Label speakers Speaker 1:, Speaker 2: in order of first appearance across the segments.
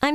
Speaker 1: I'm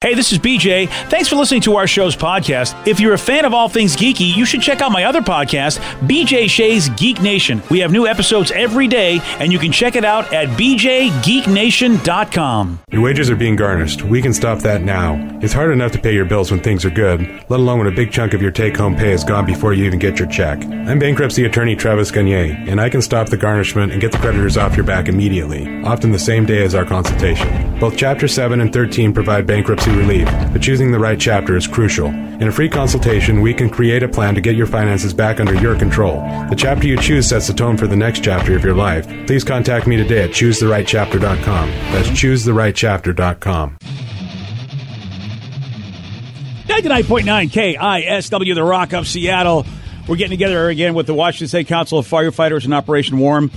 Speaker 2: Hey, this is BJ. Thanks for listening to our show's podcast. If you're a fan of all things geeky, you should check out my other podcast, BJ Shays Geek Nation. We have new episodes every day, and you can check it out at bjgeeknation.com.
Speaker 3: Your wages are being garnished. We can stop that now. It's hard enough to pay your bills when things are good, let alone when a big chunk of your take home pay is gone before you even get your check. I'm bankruptcy attorney Travis Gagne, and I can stop the garnishment and get the creditors off your back immediately, often the same day as our consultation. Both Chapter 7 and 13 provide bankruptcy relief, but choosing the right chapter is crucial. In a free consultation, we can create a plan to get your finances back under your control. The chapter you choose sets the tone for the next chapter of your life. Please contact me today at choosetherightchapter.com. That's choosetherightchapter.com.
Speaker 2: 99.9 KISW, The Rock of Seattle. We're getting together again with the Washington State Council of Firefighters and Operation Warm.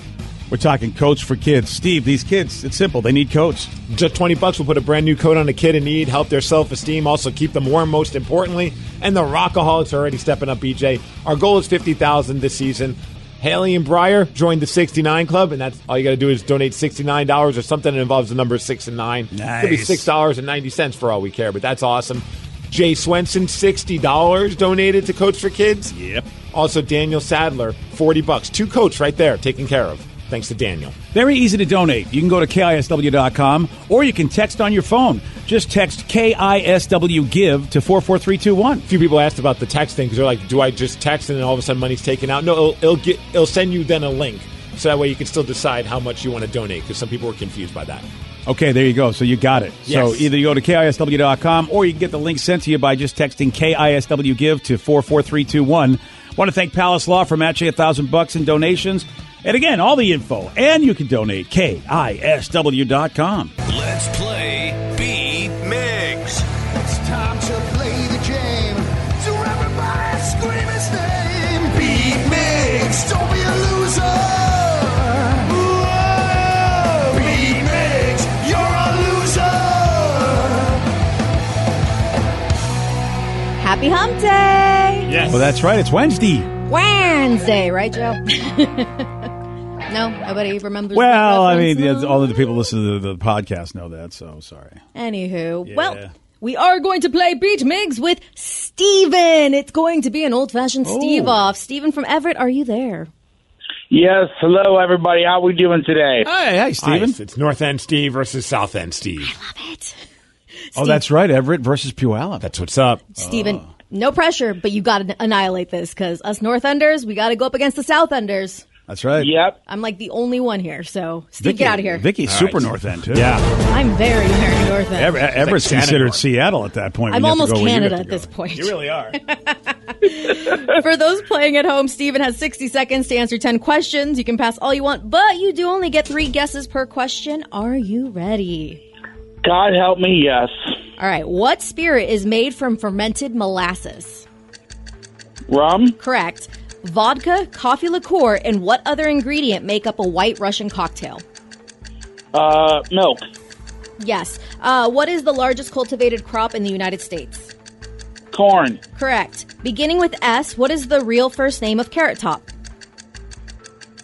Speaker 2: We're talking coats for kids. Steve, these kids, it's simple. They need coats.
Speaker 4: Just 20 bucks will put a brand new coat on a kid in need, help their self esteem, also keep them warm, most importantly. And the Rockaholics are already stepping up, BJ. Our goal is 50000 this season. Haley and Breyer joined the 69 Club, and that's all you got to do is donate $69 or something that involves the number 6 and 9. Could be
Speaker 2: Nice.
Speaker 4: $6.90 for all we care, but that's awesome. Jay Swenson, $60 donated to Coats for Kids.
Speaker 2: Yep.
Speaker 4: Also, Daniel Sadler, 40 bucks. Two coats right there taken care of. Thanks to Daniel.
Speaker 2: Very easy to donate. You can go to KISW.com or you can text on your phone. Just text KISW give to 44321.
Speaker 4: few people asked about the texting because they're like, "Do I just text and then all of a sudden money's taken out?" No, it'll, it'll get it'll send you then a link, so that way you can still decide how much you want to donate because some people were confused by that.
Speaker 2: Okay, there you go. So you got it. So
Speaker 4: Yes.
Speaker 2: either you go to KISW.com or you can get the link sent to you by just texting KISW give to 44321. Want to thank Palace Law for matching a thousand bucks in donations. And again, all the info. And you can donate KISW.com.
Speaker 5: Let's play B Migs.
Speaker 6: It's time to play the game. So everybody scream his name. Beat Mix. Don't be a loser. Whoa. Beat Mix. You're a loser.
Speaker 7: Happy Hump Day!
Speaker 2: Yes. Well, that's right. It's Wednesday.
Speaker 7: Wednesday, right, Joe? no, nobody remembers. that
Speaker 2: Well, I mean,
Speaker 7: reference?
Speaker 2: yeah, all of the people listening to the podcast know that, so sorry.
Speaker 7: Anywho,
Speaker 2: Yeah.
Speaker 7: well, we are going to play Beat Migs with Steven. It's going to be an old fashioned
Speaker 2: Oh.
Speaker 7: Steve off. Steven from Everett, are you there?
Speaker 8: Yes, hello everybody. How we doing today?
Speaker 2: Hey, hey, Steven.
Speaker 4: Nice. it's North End Steve versus South End Steve.
Speaker 7: It.
Speaker 2: Oh, that's right. Everett versus Puyallup.
Speaker 4: That's what's up.
Speaker 7: Steven,
Speaker 2: Ah.
Speaker 7: no pressure, but you got to annihilate this because us North Enders, we got to go up against the South Enders.
Speaker 2: That's right.
Speaker 8: Yep.
Speaker 7: I'm like the only one here, so Steve,
Speaker 2: Vicky,
Speaker 7: get out of here.
Speaker 2: Vicky's super North End, too.
Speaker 4: Yeah,
Speaker 7: I'm very, very North End.
Speaker 2: Ever, Everett's
Speaker 4: Canada
Speaker 2: considered
Speaker 4: North.
Speaker 2: Seattle at that point.
Speaker 7: I'm
Speaker 2: when you have
Speaker 7: almost
Speaker 2: to go where you
Speaker 7: Canada
Speaker 2: have
Speaker 7: at
Speaker 2: to
Speaker 7: this
Speaker 2: go.
Speaker 7: point.
Speaker 4: really are.
Speaker 7: For those playing at home, Steven has 60 seconds to answer 10 questions. You can pass all you want, but you do only get three guesses per question. Are you ready?
Speaker 8: God help me, yes.
Speaker 7: All right. What spirit is made from fermented molasses?
Speaker 8: Rum,
Speaker 7: Correct. Vodka, coffee liqueur, and what other ingredient make up a white Russian cocktail?
Speaker 8: uh, milk,
Speaker 7: Yes. Uh, what is the largest cultivated crop in the United States?
Speaker 8: corn,
Speaker 7: Correct. Beginning with S, what is the real first name of Carrot Top?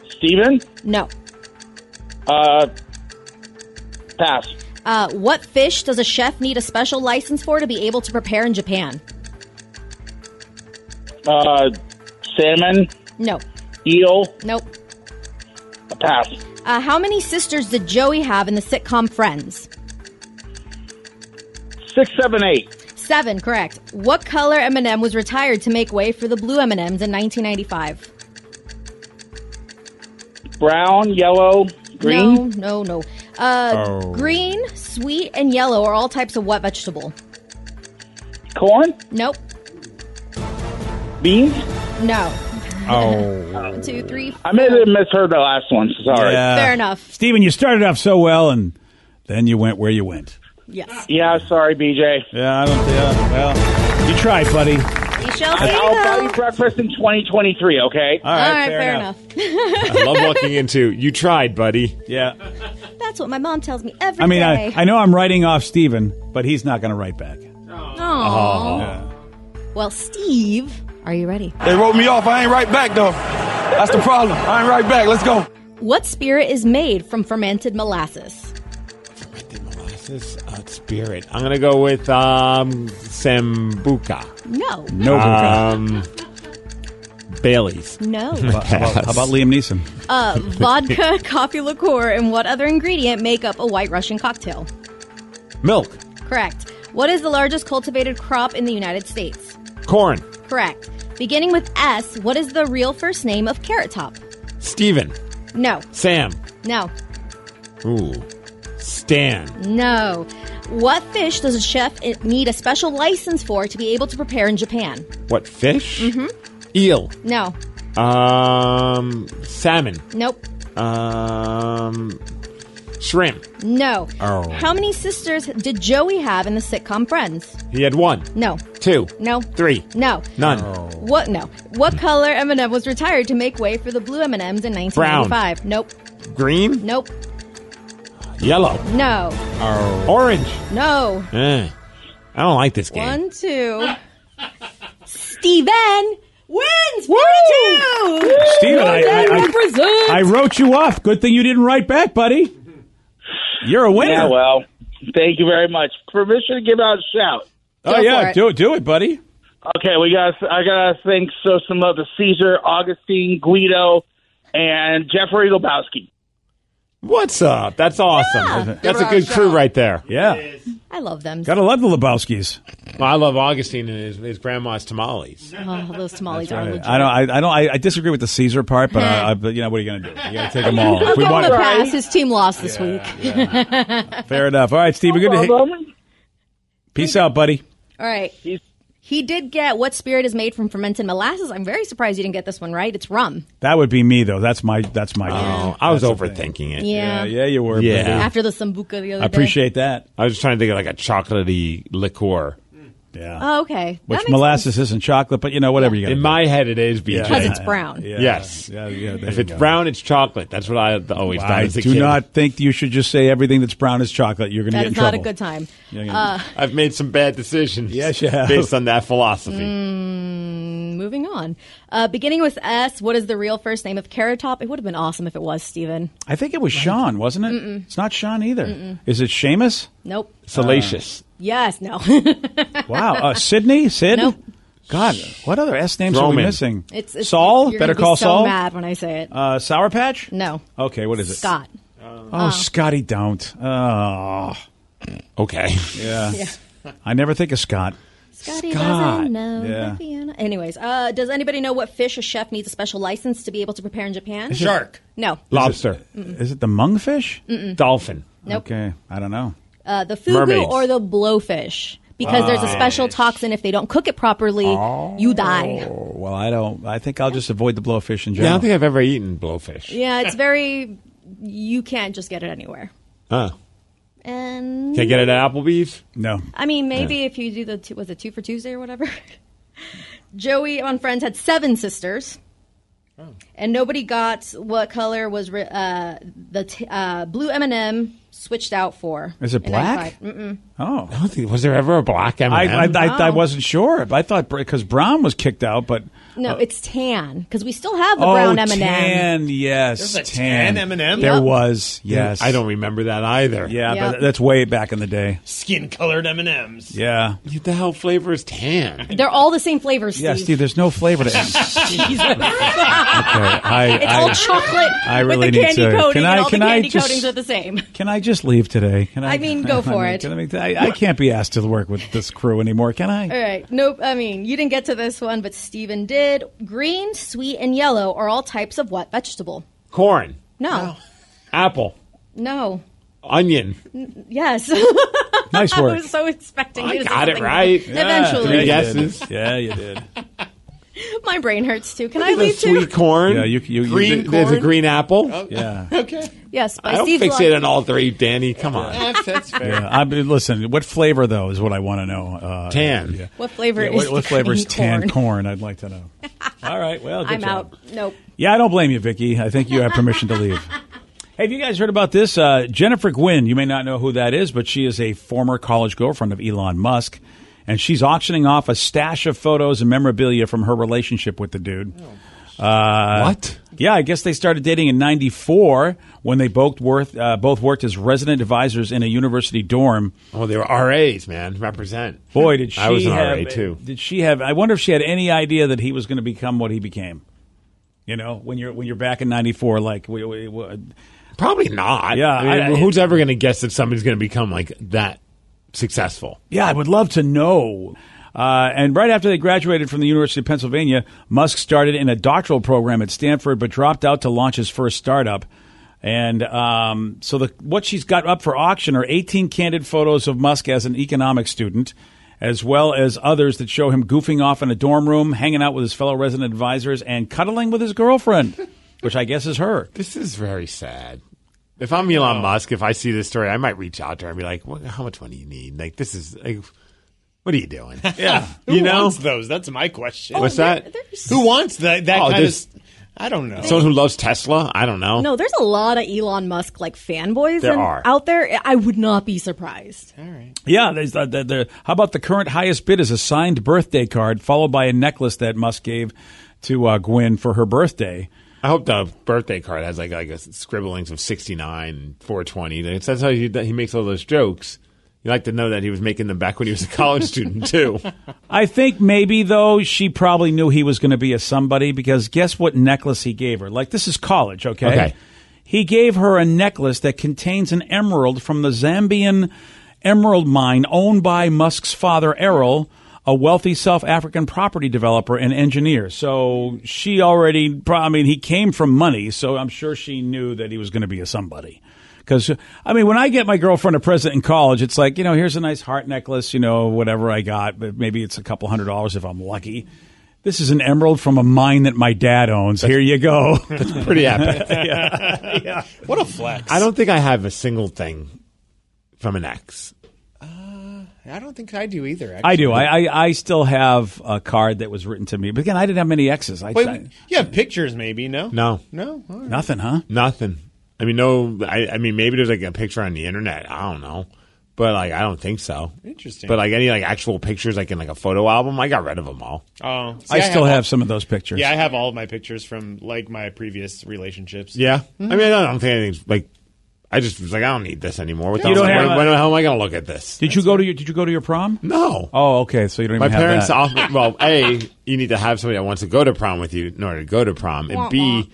Speaker 8: Steven,
Speaker 7: No.
Speaker 8: uh, pass,
Speaker 7: Uh, what fish does a chef need a special license for to be able to prepare in Japan?
Speaker 8: uh, salmon,
Speaker 7: No.
Speaker 8: eel,
Speaker 7: Nope.
Speaker 8: Pass.
Speaker 7: Uh, how many sisters did Joey have in the sitcom Friends?
Speaker 8: Six, seven, eight.
Speaker 7: Seven, correct. What color M&M was retired to make way for the blue M&Ms in 1995?
Speaker 8: Brown, yellow, green.
Speaker 7: No, no, no. Uh,
Speaker 8: Oh.
Speaker 7: Green, sweet, and yellow are all types of what vegetable?
Speaker 8: Corn?
Speaker 7: Nope.
Speaker 8: Beans?
Speaker 7: No.
Speaker 2: Oh.
Speaker 7: One, two, three.
Speaker 8: I may have misheard the last one. Sorry.
Speaker 7: Fair enough.
Speaker 2: Steven, you started off so well, and then you went where you went.
Speaker 7: Yes.
Speaker 8: Yeah, sorry, BJ.
Speaker 2: Yeah, I don't. Yeah, well, you tried, buddy.
Speaker 7: You shall see,
Speaker 8: I'll
Speaker 7: though.
Speaker 8: buy you breakfast in 2023, okay?
Speaker 7: All right, fair, enough.
Speaker 4: I love looking into. You tried, buddy.
Speaker 2: Yeah.
Speaker 7: That's what my mom tells me every day.
Speaker 2: I mean, I, I know I'm writing off Steven, but he's not going to write back.
Speaker 7: Aw. Well, Steve, are you ready?
Speaker 9: Oh. They wrote me off. I ain't right back though. That's the problem. I ain't right back. Let's go.
Speaker 7: What spirit is made from fermented molasses?
Speaker 4: Molasses uh, spirit. I'm gonna go with um, sambuca.
Speaker 7: No.
Speaker 2: No
Speaker 9: Uh,
Speaker 2: buka.
Speaker 4: Um, Bailey's.
Speaker 7: No.
Speaker 2: How about, how about- how about Liam Neeson?
Speaker 7: Uh, vodka, coffee liqueur, and what other ingredient make up a white Russian cocktail?
Speaker 4: Milk.
Speaker 7: Correct. What is the largest cultivated crop in the United States?
Speaker 4: Corn.
Speaker 7: Correct. Beginning with S, what is the real first name of Carrot Top?
Speaker 4: Steven.
Speaker 7: No.
Speaker 4: Sam.
Speaker 7: No.
Speaker 4: Ooh. Stan.
Speaker 7: No. What fish does a chef need a special license for to be able to prepare in Japan?
Speaker 4: What fish?
Speaker 7: Mm-hmm.
Speaker 4: Eel.
Speaker 7: No.
Speaker 4: Um, salmon.
Speaker 7: Nope.
Speaker 4: Um, shrimp.
Speaker 7: No.
Speaker 4: Oh.
Speaker 7: How many sisters did Joey have in the sitcom Friends?
Speaker 4: He had one,
Speaker 7: No.
Speaker 4: two,
Speaker 7: No.
Speaker 4: three,
Speaker 7: No.
Speaker 4: none.
Speaker 7: What? No. What color M&M was retired to make way for the blue M&Ms in 1995? Nope.
Speaker 4: Green,
Speaker 7: Nope.
Speaker 4: yellow,
Speaker 7: No.
Speaker 4: orange.
Speaker 7: No.
Speaker 4: Eh, I don't like this game.
Speaker 7: One, two. Steven wins 42!
Speaker 2: Steven, I, I, I-
Speaker 7: represents.
Speaker 2: I wrote you off. Good thing you didn't write back, buddy. You're a winner.
Speaker 8: Yeah, well, thank you very much. Permission to give out a shout.
Speaker 2: oh yeah, do it, do it, buddy.
Speaker 8: Okay, we got. I gotta thank so some love to Caesar, Augustine, Guido, and Jeffrey Lebowski.
Speaker 4: What's up? That's awesome. That's a good crew right there.
Speaker 2: Yeah,
Speaker 7: I love them.
Speaker 2: gotta love the Lebowskis.
Speaker 4: Well, I love Augustine and his, his grandma's tamales.
Speaker 7: Oh, those tamales are legit.
Speaker 2: I don't. I, I don't. I, I disagree with the Caesar part, but I, I, but you know what are you gonna do? You gotta take them all. If
Speaker 7: I'll
Speaker 2: oh, we
Speaker 7: give him
Speaker 2: want-
Speaker 7: a pass. His team lost this week.
Speaker 2: fair enough. All right, Steven. Good to hit. Peace out, buddy.
Speaker 7: All right. He did get what spirit is made from fermented molasses. I'm very surprised you didn't get this one right. It's rum.
Speaker 2: That would be me though. That's my. That's my.
Speaker 4: Oh, I was overthinking it.
Speaker 7: Yeah.
Speaker 2: Yeah, yeah, you were.
Speaker 4: Yeah.
Speaker 2: buddy.
Speaker 7: After the sambuca the other
Speaker 2: I appreciate that.
Speaker 4: I was trying to think of like a chocolatey liqueur.
Speaker 2: Yeah.
Speaker 7: day. Oh, okay. That
Speaker 2: Which
Speaker 7: makes
Speaker 2: molasses isn't chocolate, but you know whatever you got.
Speaker 4: In my head, it is BJ.
Speaker 7: sense. Because it's brown.
Speaker 2: Yeah,
Speaker 4: Yes.
Speaker 2: Yeah, yeah, there
Speaker 4: If
Speaker 2: you
Speaker 4: it's
Speaker 2: go.
Speaker 4: brown, it's chocolate. That's what I always thought.
Speaker 2: I
Speaker 4: as a
Speaker 2: do
Speaker 4: kid.
Speaker 2: not think you should just say everything that's brown is chocolate. You're going to
Speaker 7: That
Speaker 2: get in
Speaker 7: is not
Speaker 2: trouble.
Speaker 7: a good time.
Speaker 2: You're gonna-
Speaker 7: Uh,
Speaker 4: I've made some bad decisions.
Speaker 2: Yes, you have.
Speaker 4: Based on that philosophy.
Speaker 7: moving on. Uh, beginning with S, what is the real first name of Carrot Top? It would have been awesome if it was Steven.
Speaker 2: I think it was Sean, wasn't it? It's not Sean either. Is it Seamus?
Speaker 7: Nope.
Speaker 4: Salacious.
Speaker 7: Yes, no.
Speaker 2: Wow. Uh, Sydney? Sid?
Speaker 7: Nope.
Speaker 2: God, what other S names are we
Speaker 4: Roman.
Speaker 2: missing?
Speaker 7: it's, it's
Speaker 2: Saul?
Speaker 7: you're
Speaker 2: Better
Speaker 7: gonna be
Speaker 2: call
Speaker 7: so
Speaker 2: Saul?
Speaker 7: mad when I say it.
Speaker 2: Uh, Sour Patch?
Speaker 7: No.
Speaker 2: Okay, what is it?
Speaker 7: Scott.
Speaker 2: Oh, Scotty, don't. Oh,
Speaker 4: okay.
Speaker 2: yeah. I never think of Scott.
Speaker 7: Scotty
Speaker 2: Scott.
Speaker 7: doesn't know.
Speaker 2: Yeah.
Speaker 7: the piano. Anyways, uh, does anybody know what fish a chef needs a special license to be able to prepare in Japan?
Speaker 4: Shark.
Speaker 7: No.
Speaker 4: Lobster.
Speaker 2: Is it the mungfish?
Speaker 4: Dolphin.
Speaker 7: Nope.
Speaker 2: Okay, I don't know.
Speaker 7: Uh, the fugu
Speaker 4: Mermaids.
Speaker 7: or the blowfish. Because there's a special toxin. If they don't cook it properly, you die.
Speaker 2: Oh, well, I don't. I think I'll just avoid the blowfish in
Speaker 4: Yeah, I
Speaker 2: general.
Speaker 4: don't think I've ever eaten blowfish.
Speaker 7: Yeah, it's very. You can't just get it anywhere.
Speaker 4: Huh.
Speaker 7: And
Speaker 4: Can I get it at Applebee's?
Speaker 2: no.
Speaker 7: I mean, maybe if you do the two, was it two for Tuesday or whatever. Joey on Friends had seven sisters,
Speaker 2: Oh.
Speaker 7: and nobody got what color was ri- uh, the t- uh, blue M and m switched out for.
Speaker 2: Is it
Speaker 7: in 95.
Speaker 2: black?
Speaker 7: Mm-mm.
Speaker 2: Oh,
Speaker 4: I don't think, was there ever a black M&M?
Speaker 2: I I, I, I
Speaker 7: No.
Speaker 2: wasn't sure. I thought because Brown was kicked out, but
Speaker 7: No, it's tan because we still have the
Speaker 2: oh,
Speaker 7: brown M and M.
Speaker 2: tan, yes,
Speaker 4: There's a
Speaker 2: tan.
Speaker 4: tan M&M?
Speaker 2: There
Speaker 4: Yep.
Speaker 2: was, yes.
Speaker 4: I don't remember that either.
Speaker 2: Yeah,
Speaker 7: Yep.
Speaker 2: but that's way back in the day.
Speaker 10: Skin colored M and M's.
Speaker 2: Yeah,
Speaker 4: What the hell flavor is tan?
Speaker 7: They're all the same flavors.
Speaker 2: yeah,
Speaker 7: Steve.
Speaker 2: Steve. There's no flavor to it.
Speaker 4: I,
Speaker 7: it's
Speaker 2: I-
Speaker 7: all chocolate.
Speaker 2: I really
Speaker 7: with the
Speaker 2: need
Speaker 7: candy
Speaker 2: to-
Speaker 7: coating.
Speaker 2: can
Speaker 7: and
Speaker 2: I-
Speaker 7: all
Speaker 2: can
Speaker 7: the
Speaker 2: I
Speaker 7: candy
Speaker 2: just-
Speaker 7: coatings are the same.
Speaker 2: Can I just leave today? Can I?
Speaker 7: I mean, go for it.
Speaker 2: Can I, make- I, I can't be asked to work with this crew anymore. Can I?
Speaker 7: All right. Nope. I mean, you didn't get to this one, but Steven did. Green, sweet, and yellow are all types of what vegetable?
Speaker 4: Corn,
Speaker 7: No.
Speaker 4: apple,
Speaker 7: No.
Speaker 4: onion.
Speaker 7: Yes.
Speaker 2: Nice
Speaker 7: I
Speaker 2: work.
Speaker 7: was so expecting you
Speaker 4: I
Speaker 7: to say
Speaker 4: got it
Speaker 7: something
Speaker 4: right.
Speaker 7: different. Eventually.
Speaker 4: Three
Speaker 2: Yeah, you did.
Speaker 4: guesses.
Speaker 2: Yeah, you did.
Speaker 7: My brain hurts too. Can I
Speaker 4: The
Speaker 7: leave too?
Speaker 4: sweet corn.
Speaker 2: Yeah, you- you- you-
Speaker 4: green Oh,
Speaker 2: Green
Speaker 4: There's a
Speaker 10: corn?
Speaker 4: green apple.
Speaker 2: Yeah.
Speaker 7: Yes. By
Speaker 4: I don't
Speaker 7: Steve
Speaker 4: fixate
Speaker 7: Block.
Speaker 4: on all three, Danny. Come on.
Speaker 10: That's, that's fair.
Speaker 2: Yeah, I mean, listen. What flavor though is what I want to know. Uh,
Speaker 4: Tan.
Speaker 2: Yeah.
Speaker 7: What flavor
Speaker 2: Yeah,
Speaker 7: is
Speaker 2: what, what
Speaker 7: the
Speaker 2: flavor is
Speaker 7: green
Speaker 2: tan
Speaker 7: corn?
Speaker 2: corn? I'd like to know. All right. Well, good
Speaker 7: I'm
Speaker 2: job.
Speaker 7: out. Nope.
Speaker 2: Yeah, I don't blame you, Vicky. I think you have permission to leave. Hey, have you guys heard about this? Uh, Jennifer Gwynn, you may not know who that is, but she is a former college girlfriend of Elon Musk, and she's auctioning off a stash of photos and memorabilia from her relationship with the dude.
Speaker 7: Oh.
Speaker 2: Uh,
Speaker 4: What?
Speaker 2: Yeah, I guess they started dating in '94 when they both worked, uh, both worked as resident advisors in a university dorm.
Speaker 4: Oh, they were RAs, man. Represent.
Speaker 2: Boy, did she
Speaker 4: I was an
Speaker 2: have,
Speaker 4: RA too.
Speaker 2: Did she have? I wonder if she had any idea that he was going to become what he became. You know, when you're when you're back in '94, like we, we, we-
Speaker 4: Probably not.
Speaker 2: Yeah,
Speaker 4: I mean,
Speaker 2: I- I-
Speaker 4: who's ever going to guess that somebody's going to become like that successful?
Speaker 2: yeah, I would love to know. Uh, and right after they graduated from the University of Pennsylvania, Musk started in a doctoral program at Stanford, but dropped out to launch his first startup. And um, so, the, what she's got up for auction are 18 candid photos of Musk as an economics student, as well as others that show him goofing off in a dorm room, hanging out with his fellow resident advisors, and cuddling with his girlfriend, which I guess is her.
Speaker 4: This is very sad. If I'm Elon Musk, if I see this story, I might reach out to her and be like, what, "How much money you need? Like, this is like, what are you doing?
Speaker 10: Yeah. Who
Speaker 4: You know?
Speaker 10: wants those? That's my question.
Speaker 4: What's that?
Speaker 7: There's-
Speaker 10: Who wants that? That
Speaker 4: Oh,
Speaker 10: kind
Speaker 4: there's-
Speaker 10: of. I don't know.
Speaker 4: Someone who loves Tesla? I don't know.
Speaker 7: No, there's a lot of Elon Musk like fanboys
Speaker 4: There
Speaker 7: and-
Speaker 4: are.
Speaker 7: out there. I would not be surprised.
Speaker 2: Yeah, there's the, the, the, how about the current highest bid is a signed birthday card followed by a necklace that Musk gave to uh, Gwen for her birthday.
Speaker 4: I hope the birthday card has like like a scribblings of 69 and 420. That's that's how he, that he makes all those jokes. You like to know that he was making them back when he was a college student too.
Speaker 2: I think maybe though she probably knew he was going to be a somebody because guess what necklace he gave her? Like this is college, okay?
Speaker 4: Okay.
Speaker 2: He gave her a necklace that contains an emerald from the Zambian emerald mine owned by Musk's father Errol, a wealthy South African property developer and engineer. So she already pro- I mean he came from money, so I'm sure she knew that he was going to be a somebody. Because I mean, when I get my girlfriend a present in college, it's like you know, here's a nice heart necklace, you know, whatever I got, but maybe it's a couple hundred dollars if I'm lucky. This is an emerald from a mine that my dad owns. Here you go.
Speaker 4: Pretty epic.
Speaker 10: what a flex.
Speaker 4: I don't think I have a single thing from an ex.
Speaker 10: Uh, I don't think I do either.
Speaker 2: I
Speaker 10: actually.
Speaker 2: do. I, I I still have a card that was written to me, but again, I didn't have many X's. I,
Speaker 10: Wait,
Speaker 2: I-
Speaker 10: you have pictures, maybe? No.
Speaker 4: No.
Speaker 10: No. All right.
Speaker 2: nothing, huh?
Speaker 4: Nothing. I mean, no. I, I mean, maybe there's like a picture on the internet. I don't know, but like, I don't think so.
Speaker 10: Interesting.
Speaker 4: But like any like actual pictures, like in like a photo album, I got rid of them all.
Speaker 10: Oh, see,
Speaker 2: I still have,
Speaker 10: all-
Speaker 2: some of those pictures.
Speaker 10: Yeah, I have all of my pictures from like my previous relationships.
Speaker 4: Yeah.
Speaker 2: Mm-hmm.
Speaker 4: I mean, I don't, I don't think anything's like. I just was like, I don't need this anymore. What the
Speaker 2: You
Speaker 4: hell-
Speaker 2: don't have
Speaker 4: when-
Speaker 2: a-
Speaker 4: when the hell am I going to look at this?
Speaker 2: did you go to your Did you go to your prom?
Speaker 4: No.
Speaker 2: Oh, okay. So you don't
Speaker 4: My
Speaker 2: even have
Speaker 4: parents
Speaker 2: that.
Speaker 4: often, well, A, you need to have somebody that wants to go to prom with you in order to go to prom. And B,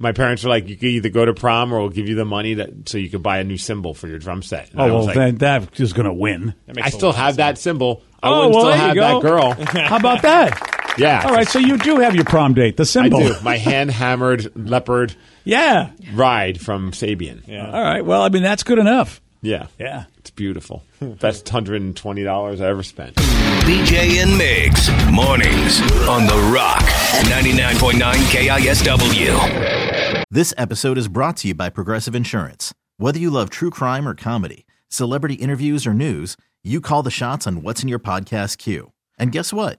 Speaker 4: my parents were like, you can either go to prom or we'll give you the money that so you can buy a new cymbal for your drum set. And I
Speaker 2: oh well,
Speaker 4: was like,
Speaker 2: then that is going to win.
Speaker 10: That
Speaker 4: I
Speaker 10: makes a
Speaker 4: still
Speaker 10: lot of
Speaker 4: have that symbol. I
Speaker 2: Oh,
Speaker 4: wouldn't
Speaker 2: well,
Speaker 4: still
Speaker 2: there
Speaker 4: have
Speaker 2: you
Speaker 4: that
Speaker 2: go.
Speaker 4: girl.
Speaker 2: How about that?
Speaker 4: Yeah.
Speaker 2: All right, so you do have your prom date. The
Speaker 4: I
Speaker 2: symbol.
Speaker 4: do. My hand hammered leopard
Speaker 2: Yeah.
Speaker 4: ride from Sabian. Yeah.
Speaker 2: All right. Well, I mean, that's good enough.
Speaker 4: Yeah.
Speaker 2: Yeah.
Speaker 4: It's beautiful. Best $120 I ever spent.
Speaker 5: BJ and Migs, mornings on The Rock, 99.9 KISW.
Speaker 11: This episode is brought to you by Progressive Insurance. Whether you love true crime or comedy, celebrity interviews or news, you call the shots on what's in your podcast queue. And guess what?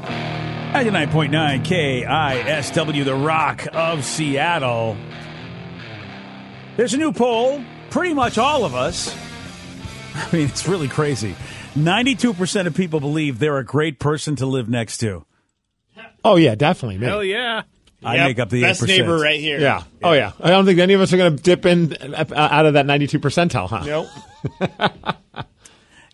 Speaker 2: Ninety-nine point nine KISW, the Rock of Seattle. There's a new poll. Pretty much all of us. I mean, it's really crazy. Ninety-two percent of people believe they're a great person to live next to.
Speaker 4: Oh yeah, definitely. me.
Speaker 12: Hell yeah.
Speaker 2: I
Speaker 12: Yep,
Speaker 2: make up the
Speaker 12: best
Speaker 2: 8%.
Speaker 12: neighbor right here.
Speaker 4: Yeah. Oh yeah. I don't think any of us are going to dip in uh, out of that ninety-two percentile, huh?
Speaker 12: Nope.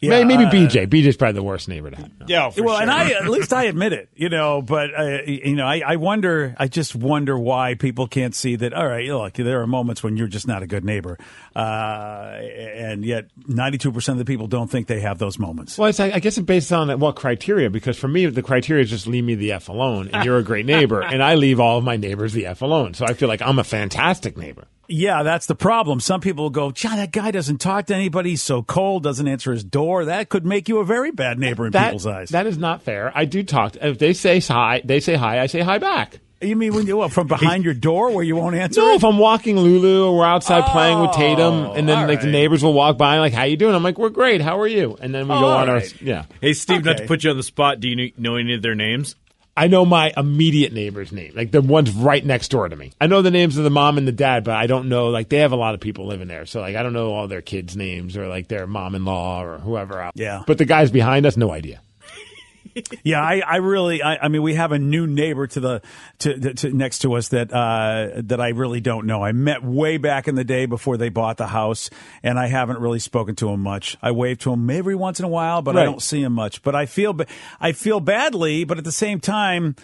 Speaker 4: May-
Speaker 2: Yeah,
Speaker 4: maybe
Speaker 2: uh,
Speaker 4: BJ. BJ's probably the worst neighbor to have.
Speaker 12: Yeah,
Speaker 2: well, and I at least I admit it, you know. But I, you know, I, I wonder. I just wonder why people can't see that. All right, look, there are moments when you're just not a good neighbor, uh, and yet 92 percent of the people don't think they have those moments.
Speaker 4: Well, it's, I I guess it's based on what criteria, because for me, the criteria is just leave me the F alone, and you're a great neighbor, and I leave all of my neighbors the F alone. So I feel like I'm a fantastic neighbor.
Speaker 2: Yeah, that's the problem. Some people will go, John, that guy doesn't talk to anybody. He's so cold, doesn't answer his door. That could make you a very bad neighbor in
Speaker 4: That-
Speaker 2: people's eyes.
Speaker 4: That is not fair. I do talk. If they say hi, they say hi, I say hi back.
Speaker 2: You mean when you what, from behind your door where you won't answer?
Speaker 4: No, if I'm walking Lulu or we're outside playing with Tatum,
Speaker 2: Oh,
Speaker 4: and then like the neighbors will walk by and like, "How you doing?" I'm like, "We're great. How are you?" And then we
Speaker 12: Oh,
Speaker 4: go
Speaker 12: all
Speaker 4: on our
Speaker 12: right.
Speaker 4: yeah.
Speaker 12: Hey, Steve, not
Speaker 4: Okay.
Speaker 12: to put you on the spot, do you kn- know any of their names?
Speaker 4: I know my immediate neighbor's name, like the ones right next door to me. I know the names of the mom and the dad, but I don't know like they have a lot of people living there, so like I don't know all their kids' names or like their mom-in-law or whoever else.
Speaker 2: Yeah.
Speaker 4: But the guys behind us, no idea.
Speaker 2: Yeah, I, I really, I, I mean, we have a new neighbor to the to, to, to next to us that uh, that I really don't know. I met way back in the day before they bought the house, and I haven't really spoken to him much. I wave to him every once in a while, but I
Speaker 13: Right.
Speaker 2: don't see him much. But I feel, ba- I feel badly, but at the same time.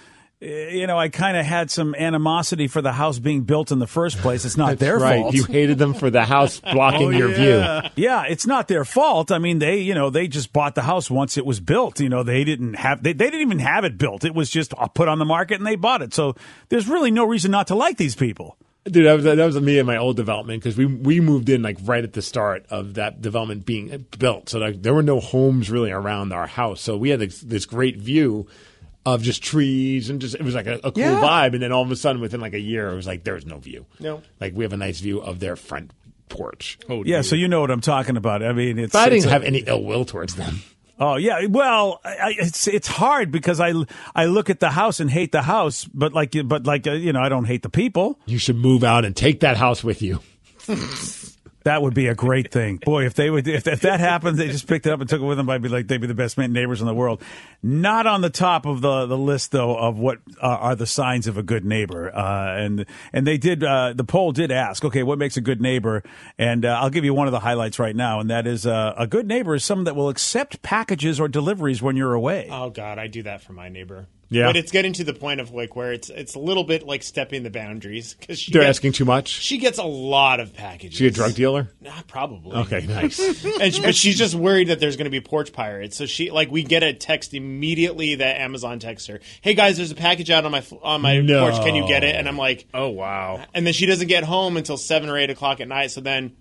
Speaker 2: eh, You know, I kind of had some animosity for the house being built in the first place. It's not their
Speaker 4: right.
Speaker 2: fault. Oh,
Speaker 4: You hated them for the house blocking your view.
Speaker 2: yeah. Yeah, it's not their fault. I mean, they, you know, they just bought the house once it was built. You know, they didn't have, they, they didn't even have it built. It was just uh, put on the market and they bought it. So there's really no reason not to like these people.
Speaker 4: Dude, that was, that was me and my old development because we we moved in like right at the start of that development being built, so like there were no homes really around our house, so we had this, this great view of just trees and just it was like a, a cool
Speaker 12: Yeah.
Speaker 4: vibe, and then all of a sudden within like a year it was like there's no view,
Speaker 12: No.
Speaker 4: like we have a nice view of their front porch. Oh,
Speaker 2: yeah, so you know what I'm talking about. I mean, it's.
Speaker 4: but I didn't
Speaker 2: it's a-
Speaker 4: have any ill will towards them.
Speaker 2: Oh yeah, well, I, I- it's it's hard because I I look at the house and hate the house, but like but like uh, you know I don't hate the people.
Speaker 4: You should move out and take that house with you.
Speaker 2: That would be a great thing, boy. If they would, if, if that happened, they just picked it up and took it with them. I'd be like, they'd be the best man neighbors in the world. Not on the top of the, the list though of what uh, are the signs of a good neighbor. Uh, and and they did uh, the poll did ask, okay, what makes a good neighbor? And uh, I'll give you one of the highlights right now, and that is uh, a good neighbor is someone that will accept packages or deliveries when you're away.
Speaker 10: Oh God, I do that for my neighbor.
Speaker 2: Yeah.
Speaker 10: but it's getting to the point of like where it's it's a little bit like stepping the boundaries because
Speaker 4: They're asking too much.
Speaker 10: She gets a lot of packages.
Speaker 4: She a drug dealer?
Speaker 10: Nah, probably.
Speaker 4: Okay, nice.
Speaker 10: and she, but she's just worried that there's going to be porch pirates. So she like we get a text immediately that Amazon texts her, "Hey guys, there's a package out on my fl- on my
Speaker 4: No.
Speaker 10: porch. Can you get it?" And I'm like,
Speaker 12: "Oh wow!"
Speaker 10: And then she doesn't get home until seven or eight o'clock at night. So then,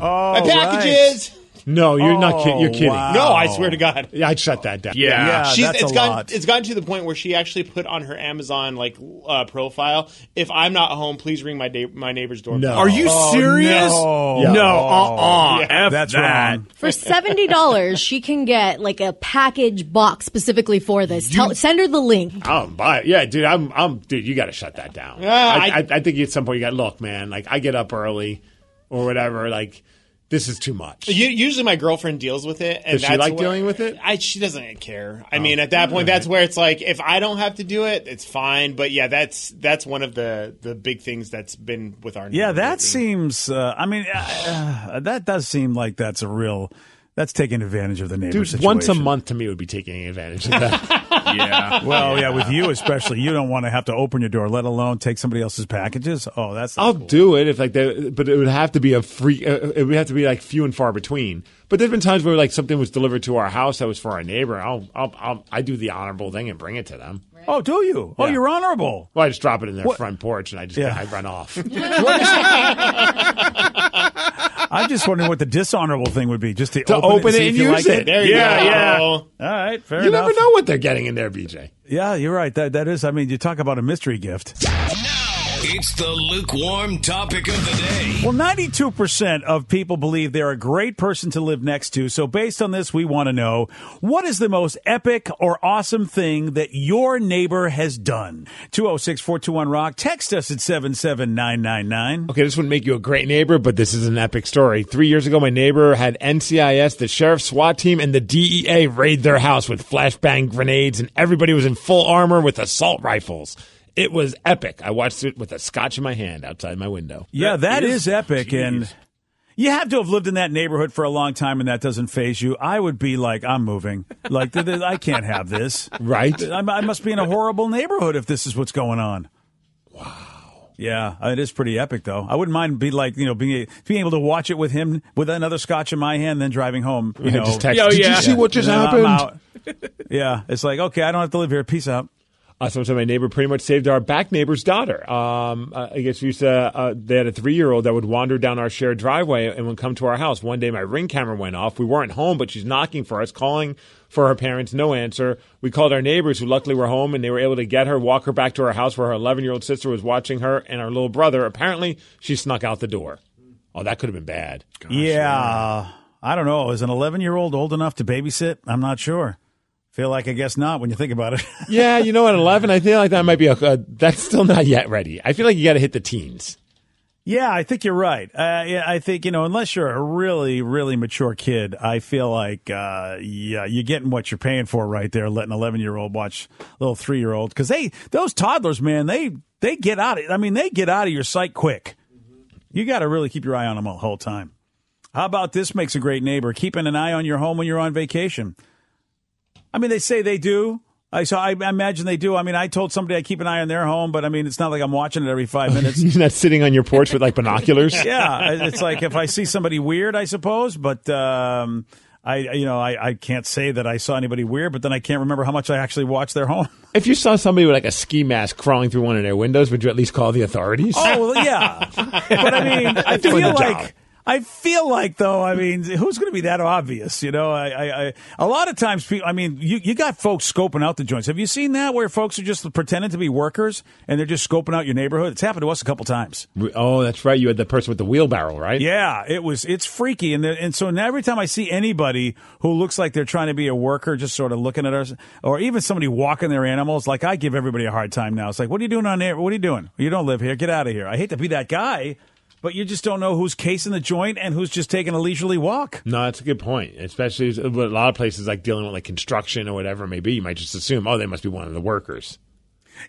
Speaker 2: oh,
Speaker 10: my packages.
Speaker 4: No, you're not kidding. You're kidding.
Speaker 10: Oh, wow. No, I swear to God.
Speaker 4: Yeah, I'd shut that down.
Speaker 10: She's- it's gotten, It's gotten to the point where she actually put on her Amazon like uh, profile. If I'm not home, please ring my da- my neighbor's doorbell.
Speaker 4: No. Are you
Speaker 12: Oh, serious?
Speaker 2: no.
Speaker 12: No,
Speaker 2: uh-uh.
Speaker 12: F
Speaker 2: That's
Speaker 12: that.
Speaker 2: wrong.
Speaker 7: For seventy dollars, she can get like a package box specifically for this. Tell, send her the link.
Speaker 4: I'm buy Yeah, dude, I'm, I'm, dude, you got to shut that down.
Speaker 7: Yeah,
Speaker 4: I, I, I think at some point you got, look, man, like I get up early or whatever, like this is too much.
Speaker 10: U- Usually, my girlfriend deals with it, and
Speaker 4: Does she
Speaker 10: that's
Speaker 4: like
Speaker 10: where-
Speaker 4: dealing with it?
Speaker 10: I, she doesn't care. I
Speaker 4: Oh,
Speaker 10: mean, at that
Speaker 4: all right.
Speaker 10: point, that's where it's like, if I don't have to do it, it's fine. But yeah, that's that's one of the the big things that's been with our
Speaker 2: Yeah, that seems. Uh, I mean, uh, uh, that does seem like that's a real. That's taking advantage of the neighbor
Speaker 4: Dude,
Speaker 2: situation.
Speaker 4: once a month to me would be taking advantage of that.
Speaker 2: yeah. Well, yeah, with you especially, you don't want to have to open your door, let alone take somebody else's packages. Oh, that's not
Speaker 4: I'll do it if like that, but it would have to be a free, uh, it would have to be like few and far between. But there's been times where like something was delivered to our house that was for our neighbor. I'll, I'll, I'll I do the honorable thing and bring it to them.
Speaker 2: Oh, do you? Oh, you're honorable.
Speaker 4: Well, I just drop it in their
Speaker 2: What-
Speaker 4: front porch and I just, I run off.
Speaker 2: I'm just wondering what the dishonorable thing would be, just to,
Speaker 4: To open
Speaker 2: see
Speaker 4: it
Speaker 2: if
Speaker 4: and
Speaker 2: you
Speaker 4: use
Speaker 2: like
Speaker 4: it. There you
Speaker 2: yeah,
Speaker 4: go.
Speaker 2: yeah. All right, fair
Speaker 4: you
Speaker 2: enough.
Speaker 4: never know what they're getting in there, BJ.
Speaker 2: Yeah, you're right. That that is. I mean, you talk about a mystery gift.
Speaker 5: It's the lukewarm topic of the day.
Speaker 2: Well, 92% of people believe they're a great person to live next to. So, based on this, we want to know what is the most epic or awesome thing that your neighbor has done? 206 421 Rock. Text us at 77999.
Speaker 4: Okay, this would make you a great neighbor, but this is an epic story. Three years ago, my neighbor had NCIS, the sheriff's SWAT team, and the DEA raid their house with flashbang grenades, and everybody was in full armor with assault rifles. It was epic. I watched it with a scotch in my hand outside my window.
Speaker 2: Yeah, that is, epic. And you have to have lived in that neighborhood for a long time, and that doesn't phase you. I would be like, I'm moving. Like, th- th- I can't have this.
Speaker 4: Right.
Speaker 2: I'm, I must be in a horrible neighborhood if this is what's going on. Wow. Yeah, uh, it is pretty epic, though. I wouldn't mind be like you know being being able to watch it with him with another scotch in my hand, then driving home. You
Speaker 4: Yeah,
Speaker 2: know,
Speaker 4: just text, Yo, "Did you yeah. see what just
Speaker 2: And then I'm
Speaker 4: happened?"
Speaker 2: out. yeah, it's like okay, I don't have to live here. Peace out.
Speaker 4: Uh, sometimes my neighbor pretty much saved our back neighbor's daughter. Um, uh, I guess we used to, uh, they had a three year old that would wander down our shared driveway and would come to our house. One day my ring camera went off. We weren't home, but she's knocking for us, calling for her parents, no answer. We called our neighbors who luckily were home and they were able to get her, walk her back to her house where her 11 year old sister was watching her and her little brother. Apparently, she snuck out the door. Oh, that could have been bad.
Speaker 2: yeah. I don't know. Is an 11 year old old enough to babysit? I'm not sure. Feel like I guess not when you think about it.
Speaker 4: yeah, you know, at 11, I feel like that might be a, uh, that's still not yet ready. I feel like you got to hit the teens.
Speaker 2: yeah, I think you're right. Uh, yeah, I think, you know, unless you're a really, really mature kid, I feel like, uh, yeah, you're getting what you're paying for right there, letting 11 year old watch little three year old. Cause they, those toddlers, man, they, they get out of, I mean, they get out of your sight quick. You got to really keep your eye on them the whole time. How about this makes a great neighbor? Keeping an eye on your home when you're on vacation. I mean, they say they do. I so I imagine they do. I mean, I told somebody I keep an eye on their home, but I mean, it's not like I'm watching it every five minutes.
Speaker 4: You're not sitting on your porch with like binoculars.
Speaker 2: yeah, it's like if I see somebody weird, I suppose, but. um I you know I, I can't say that I saw anybody weird, but then I can't remember how much I actually watched their home.
Speaker 4: If you saw somebody with like a ski mask crawling through one of their windows, would you at least call the authorities?
Speaker 2: Oh well, yeah, but I mean, I
Speaker 4: Doing
Speaker 2: feel
Speaker 4: the job.
Speaker 2: like I feel like though. I mean, who's going to be that obvious? You know, I, I, I a lot of times people. I mean, you you got folks scoping out the joints. Have you seen that where folks are just pretending to be workers and they're just scoping out your neighborhood? It's happened to us a couple times.
Speaker 4: Oh, that's right. You had the person with the wheelbarrow, right?
Speaker 2: Yeah, it was. It's freaky, and the, and so now every time I see anybody who looks like they're trying to be a worker, just sort of looking at us, or even somebody walking their animals, like I give everybody a hard time now. It's like, what are you doing on there? What are you doing? You don't live here. Get out of here. I hate to be that guy, but you just don't know who's casing the joint and who's just taking a leisurely walk.
Speaker 4: No, that's a good point. Especially with a lot of places like dealing with like construction or whatever it may be, you might just assume, oh, they must be one of the workers.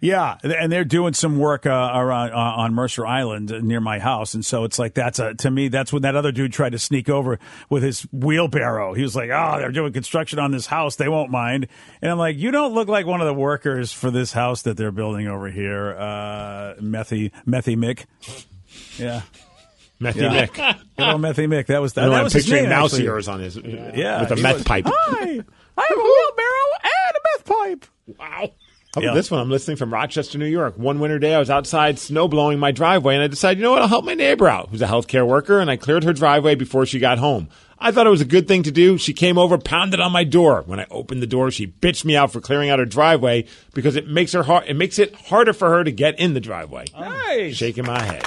Speaker 2: Yeah, and they're doing some work uh, around uh, on Mercer Island uh, near my house, and so it's like that's a to me that's when that other dude tried to sneak over with his wheelbarrow. He was like, "Oh, they're doing construction on this house; they won't mind." And I'm like, "You don't look like one of the workers for this house that they're building over here, uh, Methy Methy Mick." Yeah,
Speaker 4: Methy
Speaker 2: Yeah.
Speaker 4: Mick.
Speaker 2: Good old Methy Mick. That was that,
Speaker 4: I don't
Speaker 2: that
Speaker 4: know,
Speaker 2: was
Speaker 4: I'm
Speaker 2: his
Speaker 4: picturing
Speaker 2: name,
Speaker 4: mouse
Speaker 2: actually.
Speaker 4: ears on his
Speaker 2: Yeah,
Speaker 4: with a
Speaker 2: he
Speaker 4: meth
Speaker 2: was-
Speaker 4: pipe.
Speaker 2: Hi, I have a wheelbarrow and a meth pipe.
Speaker 4: Wow. How about
Speaker 2: Yeah.
Speaker 4: this one? I'm listening from Rochester, New York. One winter day, I was outside snow blowing my driveway, and I decided, you know what? I'll help my neighbor out, who's a healthcare worker, and I cleared her driveway before she got home. I thought it was a good thing to do. She came over, pounded on my door. When I opened the door, she bitched me out for clearing out her driveway because it makes her hard. It makes it harder for her to get in the driveway. Nice. Shaking my head.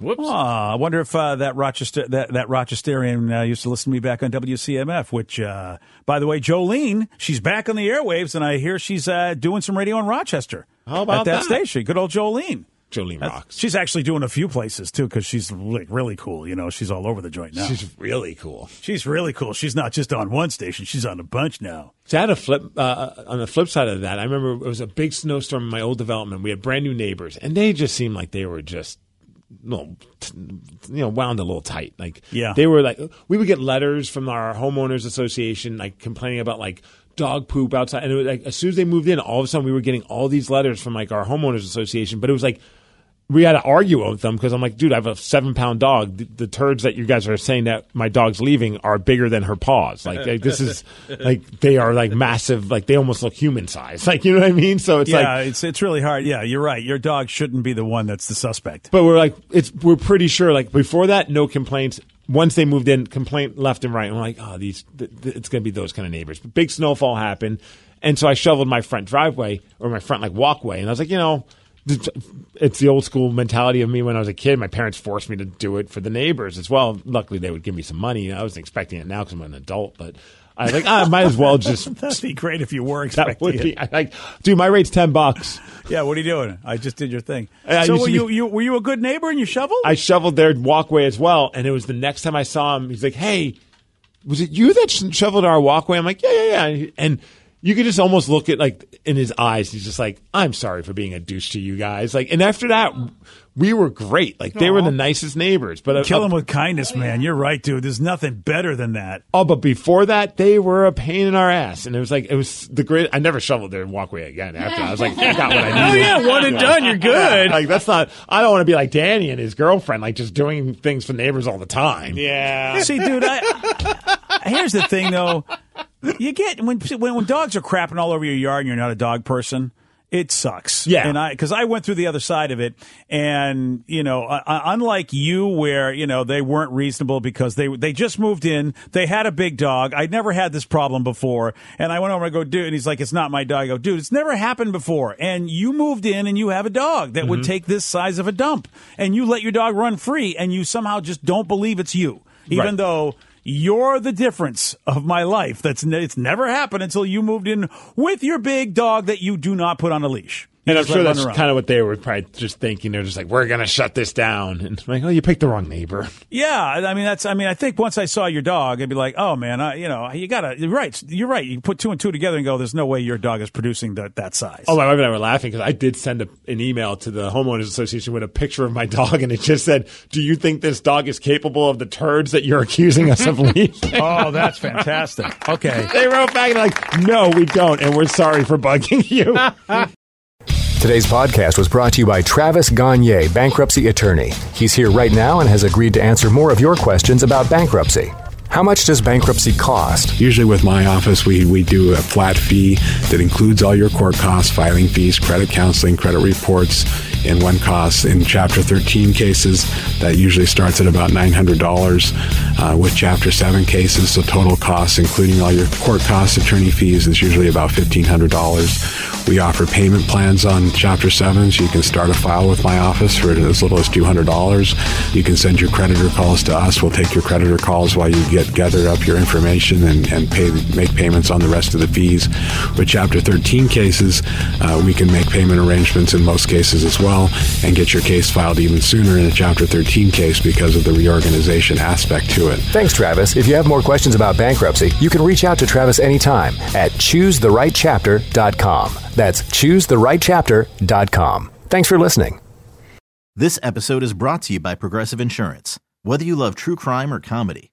Speaker 2: Whoops. I wonder if uh, that Rochester that, that Rochesterian uh, used to listen to me back on WCMF. Which, uh, by the way, Jolene, she's back on the airwaves, and I hear she's uh, doing some radio in Rochester.
Speaker 4: How about
Speaker 2: at that,
Speaker 4: that?
Speaker 2: station? Good old Jolene.
Speaker 4: Jolene
Speaker 2: That's-
Speaker 4: rocks.
Speaker 2: She's actually doing a few places too because she's like really cool. You know, she's all over the joint now.
Speaker 4: She's really cool.
Speaker 2: She's really cool. She's not just on one station; she's on a bunch now.
Speaker 4: So I had a flip uh, on the flip side of that. I remember it was a big snowstorm in my old development. We had brand new neighbors, and they just seemed like they were just. Well, t- you know, wound a little tight. Like,
Speaker 2: Yeah.
Speaker 4: they were like, we would get letters from our homeowners association, like complaining about like dog poop outside. And it was like, as soon as they moved in, all of a sudden we were getting all these letters from like our homeowners association. But it was like we had to argue with them because I'm like, dude, I have a seven pound dog. The, the turds that you guys are saying that my dog's leaving are bigger than her paws. Like, like, this is like they are like massive. Like they almost look human sized. Like you know what I mean? So it's
Speaker 2: yeah,
Speaker 4: like.
Speaker 2: it's it's really hard. Yeah, you're right. Your dog shouldn't be the one that's the suspect.
Speaker 4: But we're like, it's we're pretty sure. Like before that, no complaints. once they moved in, complaint left and right. I'm like, oh, these, th- th- it's going to be those kind of neighbors. But big snowfall happened, and so I shoveled my front driveway or my front like walkway, and I was like, you know, th- it's the old school mentality of me when I was a kid. My parents forced me to do it for the neighbors as well. Luckily, they would give me some money. I wasn't expecting it now because I'm an adult, but. I was like, ah, I might as well just.
Speaker 2: That'd be great if you were
Speaker 4: That
Speaker 2: expecting
Speaker 4: would
Speaker 2: it.
Speaker 4: be. I like, dude, my rate's ten bucks.
Speaker 2: Yeah, what are you doing? I just did your thing.
Speaker 4: Yeah, I
Speaker 2: so
Speaker 4: used
Speaker 2: were
Speaker 4: to
Speaker 2: you,
Speaker 4: be-
Speaker 2: you were you a good neighbor and you shoveled?
Speaker 4: I shoveled their walkway as well, and it was the next time I saw him. He's like, "Hey, was it you that sh- shoveled our walkway?" I'm like, "Yeah, yeah, yeah." And you could just almost look at like in his eyes. He's just like, "I'm sorry for being a douche to you guys." Like, and after that, we were great. Like, they were the nicest neighbors. But uh,
Speaker 2: Kill him with kindness, man. You're right, dude. There's nothing better than that.
Speaker 4: Oh, but before that, they were a pain in our ass, and it was like it was the great. I never shoveled their walkway again. After that. I was like, I got what I
Speaker 12: Oh,
Speaker 4: needed.
Speaker 12: yeah, one and
Speaker 4: Yeah.
Speaker 12: done, you're good.
Speaker 4: Yeah, Like that's not. I don't want to be like Danny and his girlfriend, like just doing things for neighbors all the time.
Speaker 12: Yeah.
Speaker 2: See, dude, I, I- here's the thing, though. You get when, when when dogs are crapping all over your yard and you're not a dog person, it sucks. Yeah, and I because I went through the other side of it, and you know, uh, unlike you, where you know they weren't reasonable because they they just moved in, they had a big dog. I'd never had this problem before, and I went over and I go, dude, and he's like, it's not my dog. I go, dude, it's never happened before, and you moved in and you have a dog that would
Speaker 13: Mhm.
Speaker 2: take this size of a dump, and you let your dog run free, and you somehow just don't believe it's you even
Speaker 13: Right.
Speaker 2: though you're the difference of my life. That's ne- it's never happened until you moved in with your big dog that you do not put on a leash. You
Speaker 4: And I'm
Speaker 2: just let it
Speaker 4: sure
Speaker 2: run
Speaker 4: that's
Speaker 2: around.
Speaker 4: kind of what they were probably just thinking. They're just like, we're gonna shut this down, and I'm like, oh, you picked the wrong neighbor.
Speaker 2: yeah. I mean, that's. I mean, I think once I saw your dog, I'd be like, "Oh man, I, you know, you gotta." You're right. You're right. You put two and two together and go, "There's no way your dog is producing that that size."
Speaker 4: Oh, my wife and I were laughing because I did send a, an email to the homeowners association with a picture of my dog, and it just said, "Do you think this dog is capable of the turds that you're accusing us of leaving?"
Speaker 2: oh, that's fantastic. Okay.
Speaker 4: They wrote back like, "No, we don't, and we're sorry for bugging you."
Speaker 14: Today's podcast was brought to you by Travis Gagne, bankruptcy attorney. He's here right now and has agreed to answer more of your questions about bankruptcy. How much does bankruptcy cost?
Speaker 3: Usually, with my office, we, we do a flat fee that includes all your court costs, filing fees, credit counseling, credit reports, and one cost. In Chapter 13 cases, that usually starts at about $900. Uh, with Chapter 7 cases, the total costs, including all your court costs, attorney fees, is usually about $1,500. We offer payment plans on Chapter 7, so you can start a file with my office for as little as $200. You can send your creditor calls to us. We'll take your creditor calls while you get gather up your information and, and pay, make payments on the rest of the fees. With Chapter 13 cases, uh, we can make payment arrangements in most cases as well and get your case filed even sooner in a Chapter 13 case because of the reorganization aspect to it.
Speaker 14: Thanks, Travis. If you have more questions about bankruptcy, you can reach out to Travis anytime at choosetherightchapter.com. That's choosetherightchapter.com. Thanks for listening.
Speaker 11: This episode is brought to you by Progressive Insurance. Whether you love true crime or comedy,